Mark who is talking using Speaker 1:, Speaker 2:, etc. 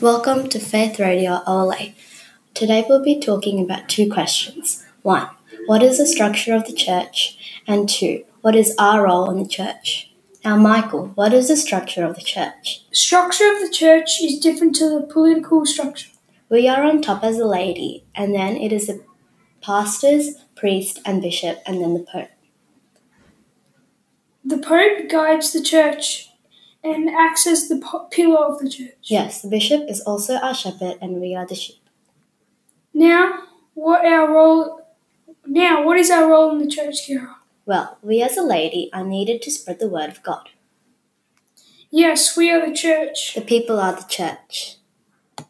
Speaker 1: Welcome to Faith Radio OLA. Today we'll be talking about two questions. One, what is the structure of the church? And two, what is our role in the church? Now, Michael, what is the structure of the church?
Speaker 2: Structure of the church is different to the political structure.
Speaker 1: We are on top as a lady, and then it is the pastors, priest, and bishop, and then the pope.
Speaker 2: The Pope guides the church and acts as the po- pillar of the church.
Speaker 1: Yes, the bishop is also our shepherd, and we are the sheep.
Speaker 2: Now, what our role? Now, what is our role in the church, Kira?
Speaker 1: Well, we as a lady are needed to spread the word of God.
Speaker 2: Yes, we are the church.
Speaker 1: The people are the church.